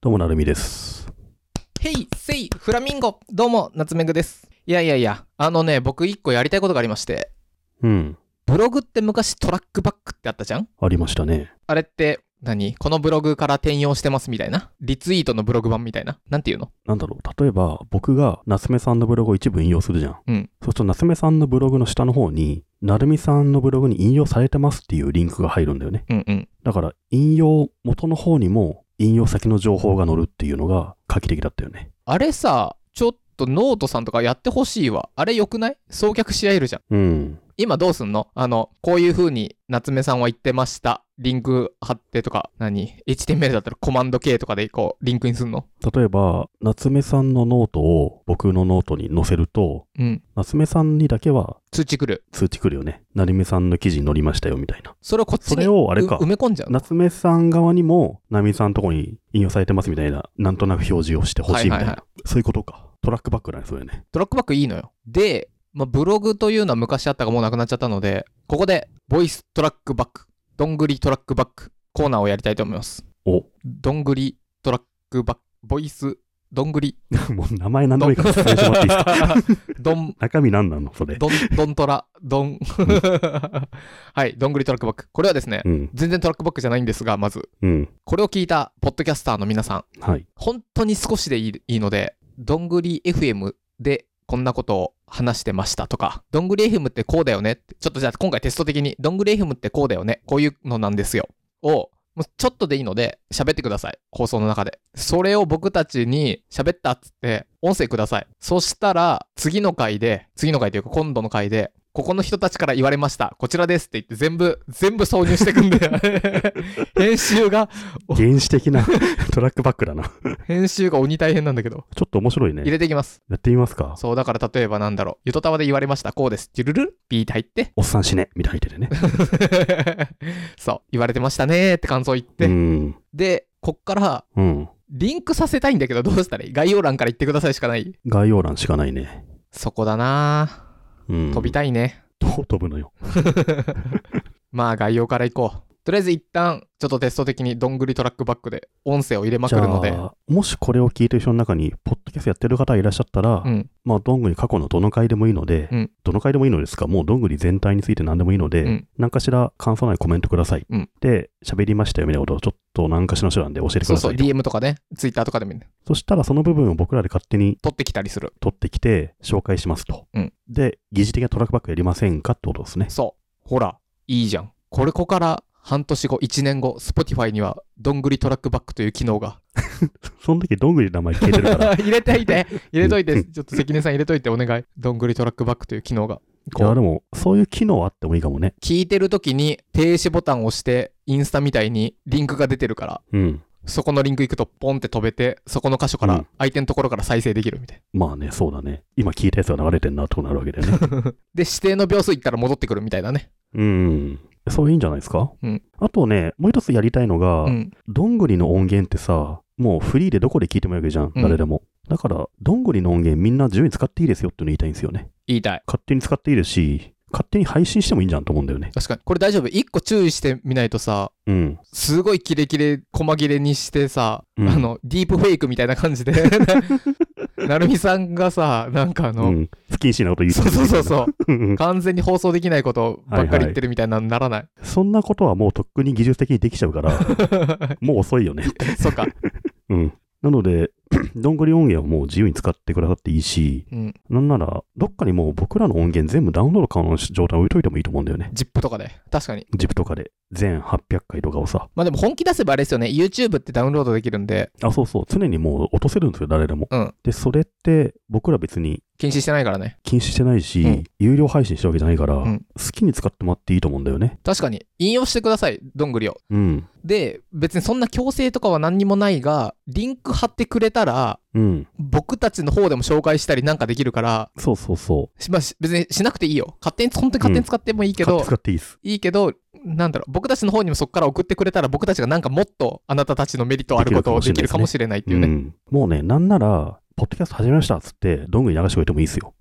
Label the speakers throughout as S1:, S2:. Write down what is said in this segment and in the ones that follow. S1: どうも、なるみです。
S2: ヘイセイフラミンゴどうも夏目ぐですいやいやいやあのね僕一個やりたいことがありまして
S1: うん。
S2: ブログって昔トラックバックってあったじゃん
S1: ありましたね。
S2: あれって何このブログから転用してますみたいなリツイートのブログ版みたいななんていうの
S1: なんだろう。例えば、僕が夏目さんのブログを一部引用するじゃん。
S2: うん
S1: そうすると、夏目さんのブログの下の方に、なるみさんのブログに引用されてますっていうリンクが入るんだよね。
S2: うんうん
S1: だから、引用元の方にも、引用先の情報が載るっていうのが画期的だったよね。
S2: あれさちょっとノートさんとかやってほしいわあれ良くない送客し合えるじゃん
S1: うん。
S2: 今どうすんのあのこういう風に夏目さんは言ってましたリンク貼ってとか何 HTML だったらコマンド K とかでこうリンクにすんの
S1: 例えば、夏目さんのノートを僕のノートに載せると、
S2: うん
S1: 夏目さんにだけは
S2: 通知来る
S1: 通知来るよね。なるみさんの記事に載りましたよみたいな。
S2: それをこっち
S1: そ
S2: に
S1: れをあれか
S2: う埋め込んじゃうの
S1: 夏目さん側にも、ナミさんのとこに引用されてますみたいな、なんとなく表示をしてほしいみたいな、
S2: はいはいは
S1: そういうことか。トラックバックだね、そうよね。
S2: トラックバックいいのよ。で、まあ、ブログというのは昔あったがもうなくなっちゃったので、ここで、ボイストラックバック、どんぐりトラックバックコーナーをやりたいと思います。
S1: お、
S2: どんぐりトラックバック、ボイス、どんぐり、
S1: もう名前何で
S2: ど
S1: もい
S2: ん、
S1: いから説明してもらってい いですか
S2: どん、
S1: 中身何なのそれ。
S2: どん、どんトラ、どん、 はい、どんぐりトラックバック。これはですね、
S1: うん、
S2: 全然トラックバックじゃないんですが、まず、
S1: うん。
S2: これを聞いたポッドキャスターの皆さん、
S1: はい。
S2: 本当に少しでいいいいので、どんぐり FM でこんなことを話してましたとか、どんぐり FM ってこうだよねって、ちょっとじゃあ今回テスト的に、どんぐり FM ってこうだよね、こういうのなんですよ。を、もうちょっとでいいので、喋ってください。放送の中で。それを僕たちに喋ったっつって、音声ください。そしたら、次の回で、次の回というか今度の回で、ここの人たちから言われました。こちらですって言って全部、全部挿入してくんで、 編集が、
S1: 原始 的なトラックバックだな。ち
S2: 編集が鬼大変なんだけど、
S1: ょっと面白い
S2: 入
S1: ね。
S2: れていきます。
S1: やってみますか。
S2: そう、だから例えばなんだろう。ゆとたわで言われました。こうです。ジュルルルピーって入って。
S1: おっさん死ね、みたいな入れてね。
S2: そう、言われてましたねーって感想言って。
S1: うん。
S2: で、こっから、
S1: うん。
S2: リンクさせたいんだけどどうしたらいい概要欄から言ってくださいしかない。
S1: 概要欄しかないね。
S2: そこだな
S1: うん。
S2: ー飛びたいね。
S1: どう飛ぶのよ。
S2: まあ概要から行こう。とりあえず一旦、ちょっとテスト的にどんぐりトラックバックで音声を入れまくるので
S1: じ。ゃあもしこれを聞いてる人の中に、ポッドキャストやってる方がいらっしゃったら、
S2: うん。
S1: まあ、どんぐり過去のどの回でもいいので、
S2: うん
S1: どの回でもいいのですか、もうどんぐり全体について何でもいいので、
S2: うん
S1: 何かしら感想なりコメントください。
S2: うん
S1: で、喋りましたよみたいなことをちょっと何かしらの手段で教えてくださ
S2: そ
S1: いと
S2: うそう、DM とかね、Twitter とかでもいいね。
S1: そしたらその部分を僕らで勝手に
S2: 取ってきたりする。
S1: 取ってきて紹介しますと。
S2: うん
S1: で、疑似的なトラックバックやりませんかってことですね。
S2: そう。ほら、いいじゃん。これここから半年後、1年後、Spotify には、どんぐりトラックバックという機能が。。
S1: その時どんぐりの名前消えてるから
S2: 入れといて、入れといて、ちょっと関根さん入れといてお願い。どんぐりトラックバックという機能が。
S1: いや、でも、そういう機能あってもいいかもね。
S2: 聞いてる時に停止ボタンを押して、インスタみたいにリンクが出てるから、
S1: うん。
S2: そこのリンク行くとポンって飛べて、そこの箇所か
S1: う
S2: ら
S1: ん、
S2: 相手のところから再生できるみたいな。
S1: まあね、そうだね。今聞いたやつが流れてんなとなるわけだよね。
S2: で、指定の秒数いったら戻ってくるみたいなね。
S1: うん。そういいんじゃないですか、
S2: うん
S1: あとね、もう一つやりたいのが、
S2: うん。
S1: どんぐりの音源ってさ、もうフリーでどこで聞いてもいいわけじゃん、
S2: うん
S1: 誰でも。だから、どんぐりの音源みんな自由に使っていいですよっていうの言いたいんですよね。
S2: 言いたい。
S1: 勝手に使っていいですし、勝手に配信してもいいんじゃんと思うんだよね。
S2: 確かに。これ大丈夫。一個注意してみないとさ、
S1: うん。
S2: すごいキレキレ、細切れにしてさ、
S1: うん
S2: あの、ディープフェイクみたいな感 じで、なるみさんがさ、なんかあ
S1: う
S2: の、
S1: ん、不謹慎なこと言う
S2: そうそ うそう
S1: う。
S2: そう、完全に放送できないことばっかり言ってるみたいなのならない。
S1: そんなことはもうとっくに技術的にできちゃう から、もう遅いよね。
S2: そうか。
S1: うん。なので、 どんぐり音源はもう自由に使ってくださっていいし、
S2: うん。
S1: なんなら、どっかにもう僕らの音源全部ダウンロード可能な状態置いといてもいいと思うんだよね。
S2: ジップとかで。確かに。
S1: ジップとかで。全800回とかをさ。
S2: まあでも本気出せばあれですよね。YouTube ってダウンロードできるんで、
S1: あ、そうそう。常にもう落とせるんですよ、誰でも。
S2: うん
S1: で、それって、僕ら別に
S2: 禁止してないからね。
S1: 禁止してないし、
S2: うん
S1: 有料配信してるわけじゃないから、
S2: うん
S1: 好きに使ってもらっていいと思うんだよね。
S2: 確かに。引用してください。どんぐりを。
S1: うん。
S2: で、別にそんな強制とかは何にもないが、リンク貼ってくれたら、
S1: うん。
S2: 僕たちの方でも紹介したりなんかできるから、
S1: そうそうそ。
S2: しまあ、し別にしなくていいよ。勝手に、本当に勝手に使ってもいいうけど、
S1: 買って使っていいです。
S2: いいけど、なんだろう、僕たちの方にもそこから送ってくれたら、僕たちがなんかもっとあなたたちのメリットあることをできるかもしれないっていうね。
S1: うん。もうね、なんなら、ポッドキャスト始めましたっつって、どんぐり流しておいてもいいですよ。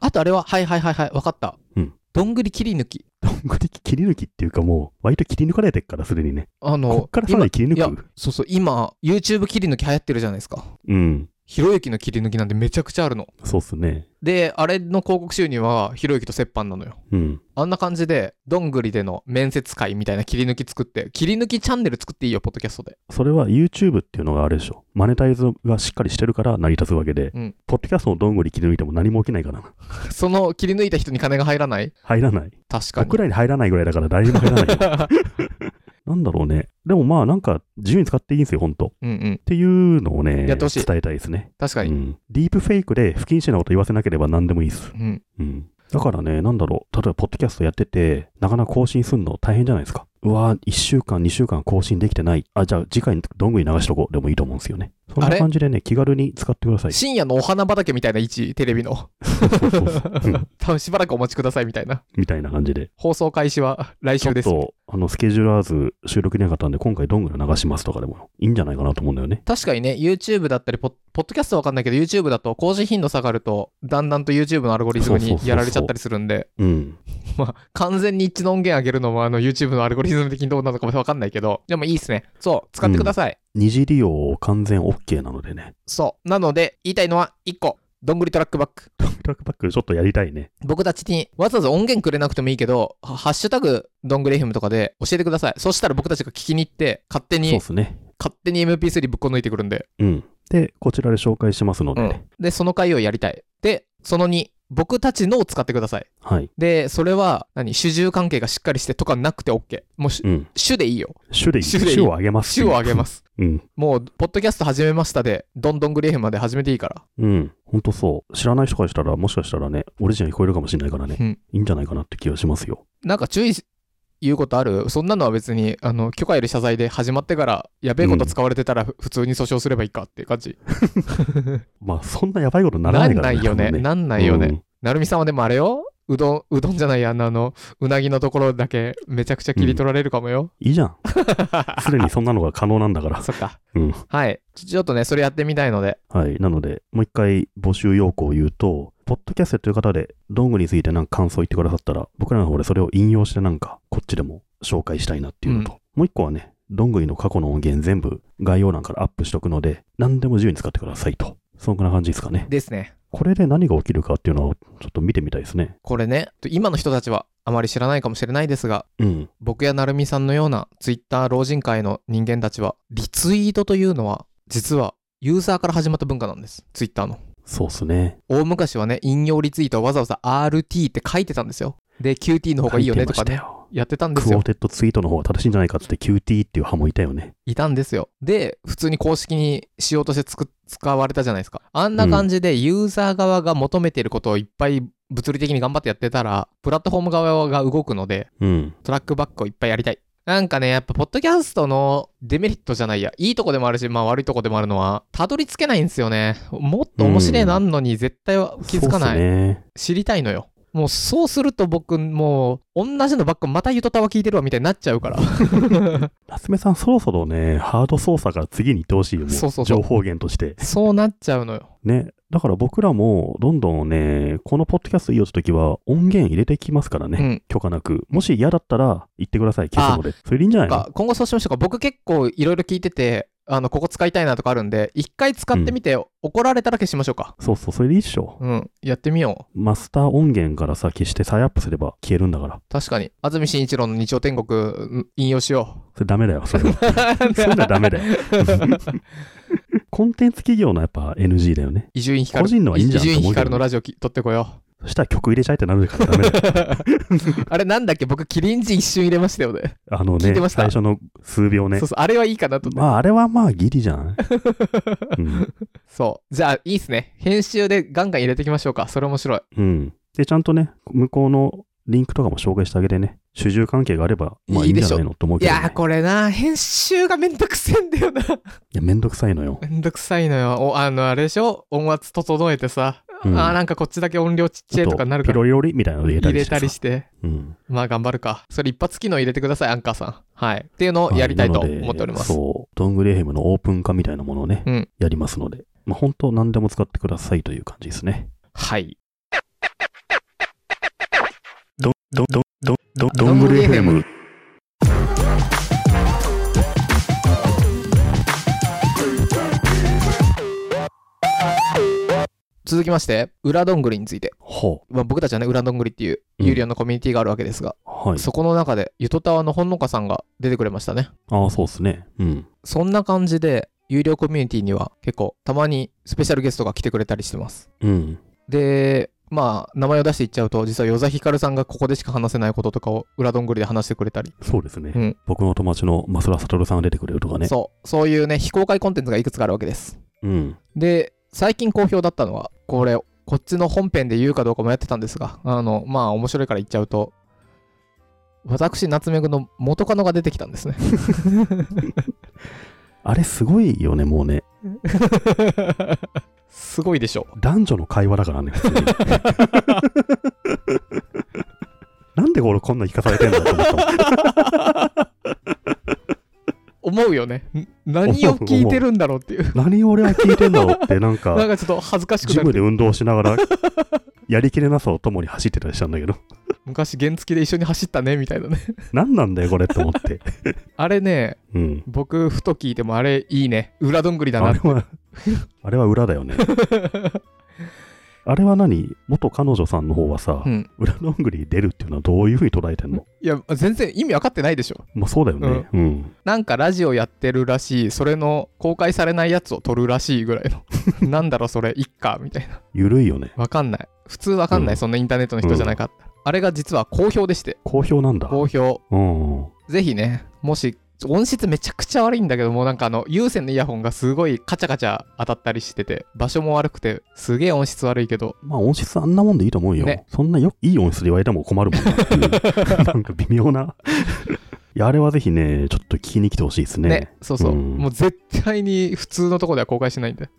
S2: あとあれは、はいはいはいはい、わかった。
S1: うん
S2: どんぐり切り抜き。
S1: どんぐり切り抜きっていうかもう、割と切り抜かれてっから、すでにね。
S2: あ
S1: こ
S2: の
S1: っからさらに切り
S2: 今いや
S1: 抜く。
S2: そうそう今 YouTube 切り抜き流行ってるじゃないですか
S1: うん。
S2: ひろゆきの切り抜きなんてめちゃくちゃあるの
S1: そうっすね。
S2: であれの広告収入はひろゆきと折半なのよ
S1: うん。
S2: あんな感じでどんぐりでの面接会みたいな切り抜き作って切り抜きチャンネル作っていいよポッドキャストで
S1: それは YouTube っていうのがあれでしょ。マネタイズがしっかりしてるから成り立つわけで、
S2: うん
S1: ポッドキャストのどんぐり切り抜いても何も起きないからな。
S2: その切り抜いた人に金が入らない
S1: 入らない。
S2: 確かに
S1: 僕らに入らないぐらいだから誰にも入らないよ。 なんだろうね。でもまあなんか自由に使っていいんですよ、ほんと。っ
S2: うんうん
S1: ていうのをね、
S2: やってほしい
S1: 伝えたいですね。
S2: 確か
S1: う
S2: に
S1: ん。ディープフェイクで不謹慎なこと言わせなければ何でもいいです。
S2: うん
S1: うん。だからね、なんだろう。例えば、ポッドキャストやってて、なかなか更新すんの大変じゃないですか。うわー、1週間、2週間更新できてない。あ、じゃあ次回にどんぐり流しとこう。でもいいと思うんですよね。そん
S2: あ
S1: な
S2: れ
S1: 感じでね、気軽に使ってくだ さい。
S2: 深夜のお花畑みたいな位置テレビの
S1: そうそうそう。うん
S2: 多分しばらくお待ちくださいみたいな
S1: みたいな感じで。
S2: 放送開始は来
S1: ちょ
S2: 週
S1: っ
S2: です
S1: と、あの、スケジュール合わず収録できなかったんで、今回どんぐり流しますとかでもいいんじゃないかなと思うんだよね。
S2: 確かにね YouTube だったりポッポッドキャストは分かんないけど YouTube だと更新頻度下がるとだんだんと YouTube のアルゴリズム
S1: そう
S2: に
S1: そうそうそう
S2: やられちゃったりするんで
S1: うん。
S2: まあ完全に一致の音源上げるのもあの YouTube のアルゴリズム的にどうなのかも分かんないけどでもいいっすねそう使ってください、
S1: 二次利用完全 OK なのでね。
S2: そうなので言いたいのは1個どんぐりトラックバック
S1: トラックバックちょっとやりたいね。
S2: 僕たちにわざわざ音源くれなくてもいいけど「はハッシュタグどんぐり FM」とかで教えてくださいそしたら僕たちが聞きに行って勝手
S1: そう
S2: に
S1: ですね。
S2: 勝手に MP3 ぶっこ抜いてくるんで
S1: うん。で、こちらで紹介しますので、ね
S2: でその回をやりたいでその2僕たちのを使ってください
S1: はい。
S2: でそれは何主従関係がしっかりしてとかなくて OK もうし
S1: うん。
S2: 主でいいよ
S1: 種類、
S2: 種でいい
S1: 種を上げます。。
S2: 主をあげますす
S1: うん。
S2: もう「ポッドキャスト始めました」で「どんどんぐり FM」まで始めていいから
S1: うん。ほんとそう。知らない人からしたら、もしかしたらね、オリジナル聞こえるかもしれないからね、
S2: うん
S1: いいんじゃないかなって気がしますよ。
S2: なんか注意し言うことあるそんなのは別にあの許可より謝罪で始まってからやべえこと使われてたらふ普通に訴訟すればいいかっていう感じ、
S1: まあ、そんなやばいことなら
S2: な
S1: ない
S2: ん
S1: か
S2: な
S1: ら
S2: いよね
S1: 多分
S2: なんないよね、
S1: うん
S2: なるみさんはでもあれようどんうどんじゃないやあのあのうなぎのところだけめちゃくちゃ切り取られるかもよ、
S1: いいじゃ ん。すでにそんなのが可能なんだから。
S2: そっか、
S1: うん
S2: はいちょちょっとねそれやってみたいので
S1: はい。なので、もう一回募集要項を言うと、ポッドキャストという方で、どんぐりについてなんか感想言ってくださったら、僕らの方でそれを引用してなんか、こっちでも紹介したいなっていうのと、もう一個はね、どんぐりの過去の音源全部概要欄からアップしとくので、何でも自由に使ってくださいと。そんな感じですかね。
S2: ですね
S1: これで何が起きるかっていうのをちょっと見てみたいですね。
S2: これね今の人たちはあまり知らないかもしれないですが
S1: うん。
S2: 僕やなるみさんのようなツイッター老人会の人間たちはリツイートというのは実はユーザーから始まった文化なんですツイッターの
S1: そうっすね。
S2: 大昔はね引用リツイートをわざわざ RT って書いてたんですよで QT の方がいいよねとか
S1: 書いてました
S2: ね
S1: よ
S2: やってたんで
S1: ク
S2: す
S1: ォ
S2: よ
S1: ーテッドツイートの方が正しいんじゃないかっつって QT っていう派もいたよね。
S2: いたんですよで普通に公式にしようとしてつく使われたじゃないですかあんな感じでユーザー側が求めていることをいっぱい物理的に頑張ってやってたらプラットフォーム側が動くので
S1: うん。
S2: トラックバックをいっぱいやりたい。なんかね、やっぱ、ポッドキャストのデメリットじゃないや、いいとこでもあるし、まあ悪いとこでもあるのは、たどり着けないんですよね。もっと面白いのあんのに、絶対は気づかな
S1: そうっす
S2: い。
S1: ね。
S2: 知りたいのよ。もうそうすると僕、もう、同じのばっかまたゆとたわ聞いてるわみたいになっちゃうから。
S1: 夏目さん、そろそろね、ハード操作から次に行ってほしいよね。
S2: そうそうそう
S1: 情報源として。
S2: そうなっちゃうのよ。
S1: ね。だから僕らも、どんどんね、このポッドキャストいいよって時は、音源入れてきますからね。
S2: うん
S1: 許可なく。もし嫌だったら、言ってください。消すので。それでいいんじゃない
S2: なん
S1: の
S2: か今後そうしましょうか。僕結構いろいろ聞いてて、あの、ここ使いたいなとかあるんで、一回使ってみて、怒られたら消しましょうか。
S1: そうそう、それでいいっしょ。
S2: うん、やってみよう。
S1: マスター音源からさ、消して再アップすれば消えるんだから。
S2: 確かに。安住紳一郎の日曜天国、うん引用しよ
S1: それダメだよ、それは。
S2: う。
S1: そういうのはダメだよ。コンテンツ企業のやっぱ NG だよね。
S2: 伊集院光
S1: 個人のはいいんじゃん
S2: 伊集院
S1: と思うけど
S2: 光のラジオき撮ってこよ
S1: そしたら曲入れちゃえってなるからダメだよ。
S2: う。あれなんだっけ僕、キリンジ一瞬入れましたよね。
S1: あの
S2: 聞い
S1: ね
S2: てま、した
S1: 最初の数秒ね
S2: そう。そう、あれはいいかなと思って。
S1: まあ、あれはまあギリじゃ ん。うん。
S2: そう。じゃあ、いいっすね。編集でガンガン入れていきましょうか。それ面白い。
S1: うん。で、ちゃんとね、向こうのリンクとかも紹介してあげてね、主従関係があれば、まあいいんじゃないのと思う
S2: い
S1: けど、ね。
S2: やー、これな、編集がめんどくせえんだよな。
S1: いやめんどくさいのよ。
S2: めんどくさいのよ。お、あの、あれでしょ音圧整えてさ。
S1: うん
S2: あー、なんかこっちだけ音量ちっちゃいとかなる
S1: ピ
S2: から。
S1: ロリロリみたいなの入れた
S2: 入
S1: り
S2: れ
S1: してさ。
S2: たりして。
S1: うん。
S2: まあ頑張るか。それ一発機能入れてください、アンカーさん。はい。っていうのをやりたいと
S1: はいなので
S2: 思っております。
S1: そう。ドングレーヘムのオープン化みたいなものをね、
S2: うん
S1: やりますので、まあ本当何でも使ってくださいという感じですね。
S2: はい。
S1: ど、ど、ど、ど、ど、どんぐり FM。
S2: 続きまして、裏どんぐりについて。
S1: は
S2: まあ、僕たちはね、裏どんぐりっていう有料のコミュニティがあるわけですが、
S1: あ、はい。
S2: そこの中で、ゆとたわのほんのかさんが出てくれましたね。
S1: ああ、そうっすね。うん。
S2: そんな感じで、有料コミュニティには結構、たまにスペシャルゲストが来てくれたりしてます。
S1: うん。
S2: で、まあ、名前を出して言っちゃうと、実は与座ひかるさんがここでしか話せないこととかを裏どんぐりで話してくれたり、
S1: そうですね。
S2: うん
S1: 僕の友達の増田悟さんが出てくれるとかね。
S2: そう、そういうね、非公開コンテンツがいくつかあるわけです。
S1: うん。
S2: で、最近好評だったのは、これ、こっちの本編で言うかどうかもやってたんですが、あの、まあ、面白いから言っちゃうと、私、夏目くんの元カノが出てきたんですね。
S1: あれすごいよね、もうね。
S2: すごいでしょ。
S1: 男女の会話だからね、普通に。 なんで俺こんな聞かされてんだと思ったもん
S2: 思うよね。ん何を聞いてるんだろうっていう。
S1: 何を俺は聞いてんだろうって、なんか。
S2: なんかちょっと恥ずかしく
S1: ジ
S2: な
S1: ムで
S2: る。
S1: 運動しながら、やりきれなさをともに走ってたりしたんだけど、
S2: 昔原付で一緒に走ったねみたいなね。
S1: 何なんだよ、これって思って。
S2: あれね、
S1: うん。
S2: 僕ふと聞いてもあれいいね。裏どんぐりだ
S1: あ
S2: な
S1: れ。は、あれは裏だよね。あれは何元彼女さんの方はさ、
S2: うん。
S1: 裏どんぐり出るっていうのはどういうふうに捉えてんの、
S2: いや、全然意味わかってないでしょ。
S1: まあそうだよね。うん。
S2: なんかラジオやってるらしい、それの公開されないやつを撮るらしいぐらいの。 なんだろ、それ、いっか、みたいな。
S1: ゆるいよね。
S2: わかんない。普通わかんな
S1: う
S2: い、
S1: ん
S2: そんなインターネットの人じゃないかったら。あれが実は好評でして、
S1: 好評なんだ。
S2: 好評。
S1: うん。は
S2: ぜひね、もし、音質めちゃくちゃ悪いんだけど、もうなんかあの、有線のイヤホンがすごいカチャカチャ当たったりしてて、場所も悪くて、すげえ音質悪いけど、
S1: まあ音質あんなもんでいいと思うよ。
S2: ね
S1: そんなよいい音質で言われても困るもんなっていう なんか微妙な。いや、あれはぜひね、ちょっと聞きに来てほしいです
S2: ね、
S1: ね。
S2: そうそう、
S1: うん
S2: もう絶対に普通のとこでは公開しないんで。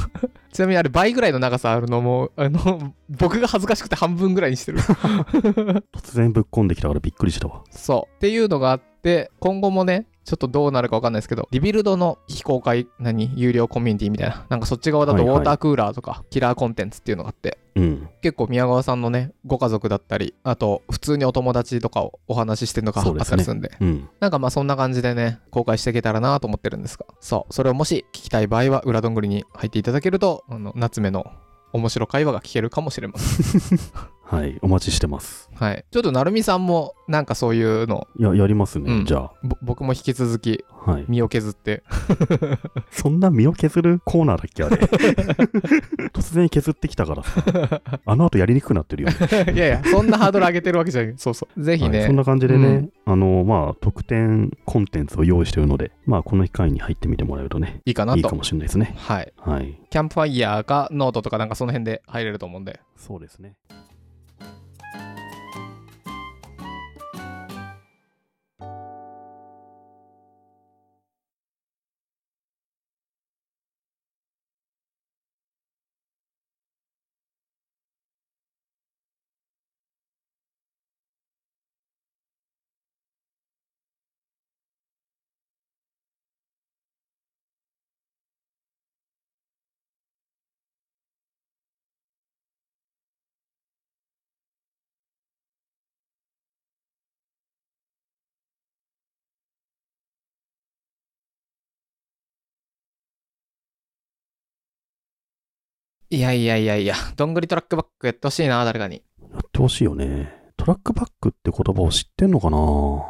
S2: ちなみにあれ倍ぐらいの長さあるのも、あの、僕が恥ずかしくて半分ぐらい にしてる。
S1: 突然ぶっこんできたからびっくりしたわ。
S2: そう。っていうのがあって、今後もね、ちょっとどうなるかわかんないですけど、リビルドの非公開、何有料コミュニティみたいな、なんかそっち側だと
S1: は
S2: ウ
S1: いはい
S2: ォータークーラーとか、キラーコンテンツっていうのがあって、
S1: うん。
S2: 結構宮川さんのね、ご家族だったり、あと、普通にお友達とかをお話ししてるのがあ
S1: そう
S2: っ
S1: ですね
S2: たりするんで、
S1: うん。
S2: なんかまあそんな感じでね、公開していけたらなと思ってるんですが、そう、それをもし聞きたい場合は、裏どんぐりに入っていただけると、あの夏目の面白会話が聞けるかもしれません。
S1: はい。お待ちしてます。
S2: はい。ちょっと成美さんも、なんかそういうの、
S1: いや、やりますね。
S2: うん
S1: じゃ
S2: ぼ僕も引き続き
S1: あ。はい。
S2: 身を削って、
S1: そんな身を削るコーナーだっけあれ。突然削ってきたからさ。あの後やりにくくなってるよね。
S2: いやいや、そんなハードル上げてるわけ じゃない。 そうそう。ぜひ
S1: は
S2: ね、
S1: いそんな感じでね、
S2: うん
S1: あの、まあ、特典コンテンツを用意しているので、まあ、この機会に入ってみてもらえるとね、
S2: いいかない
S1: い
S2: と。
S1: かもしれないですね。
S2: はい。
S1: はい。
S2: キャンプファイヤーかノートとかなんかその辺で入れると思うんで。
S1: そうですね。
S2: いやいやいやいや、どんぐりトラックバックやってほしいな、誰かに。
S1: やってほしいよね。トラックバックって言葉を知ってんのかな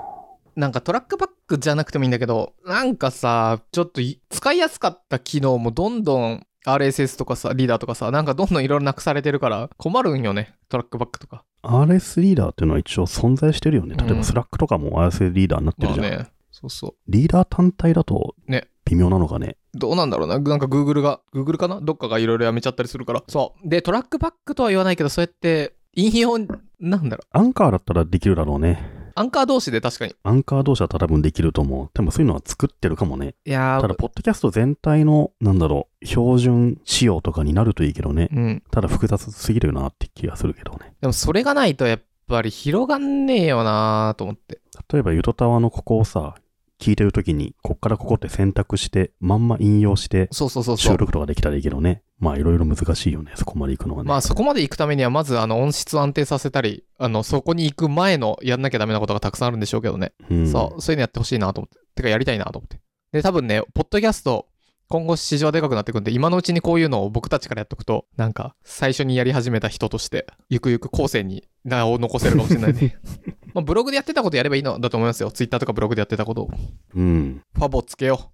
S2: なんかトラックバックじゃなくてもいいんだけど、なんかさ、ちょっとい使いやすかった機能もどんどん RSS とかさ、リーダーとかさ、なんかどんどんいろいろなくされてるから困るんよね、トラックバックとか。
S1: RS リーダーっていうのは一応存在してるよね。例え
S2: うん
S1: ば、スラックとかも RS リーダーになって
S2: ま
S1: る
S2: あ
S1: じゃん。
S2: ね、そうそう。
S1: リーダー単体だと
S2: ね
S1: 微妙なのかね。
S2: どうなんだろうな。なんか Google が、Google かなどっかがいろいろやめちゃったりするから。そう。で、トラックバックとは言わないけど、そうやって、引用、なんだろ
S1: アンカーだったらできるだろうね。
S2: う、アンカー同士で確かに。
S1: アンカー同士だったら多分できると思う。でもそういうのは作ってるかもね。
S2: いや
S1: ただ、
S2: ー、
S1: ポッドキャスト全体の、なんだろう、標準仕様とかになるといいけどね。
S2: うん。
S1: ただ複雑すぎるなって気がするけどね。
S2: でも、それがないと、やっぱり広がんねえよなーと思って。
S1: 例えば、ゆとたわのここをさ、聞いてるときに、こっからここって選択して、まんま引用して、
S2: そうそうそうそ
S1: 収
S2: う。
S1: 録とかできたらいいけどね。まあ、いろいろ難しいよね、そこまで行くのはね。
S2: まあそこまで行くためにはまずあの音質を安定させたりあのそこに行く前のやんなきゃダメなことがたくさんあるんでしょうけどね、
S1: うん、
S2: そうそういうのやってほしいなと思っててかやりたいなと思ってで多分ねポッドキャスト今後市場はでかくなってくんで今のうちにこういうのを僕たちからやっとくとなんか最初にやり始めた人としてゆくゆく後世に名を残せるかもし れないねまあブログでやってたことやればいいのだと思いますよツイッターとかブログでやってたことを
S1: うん。
S2: ファボつけよ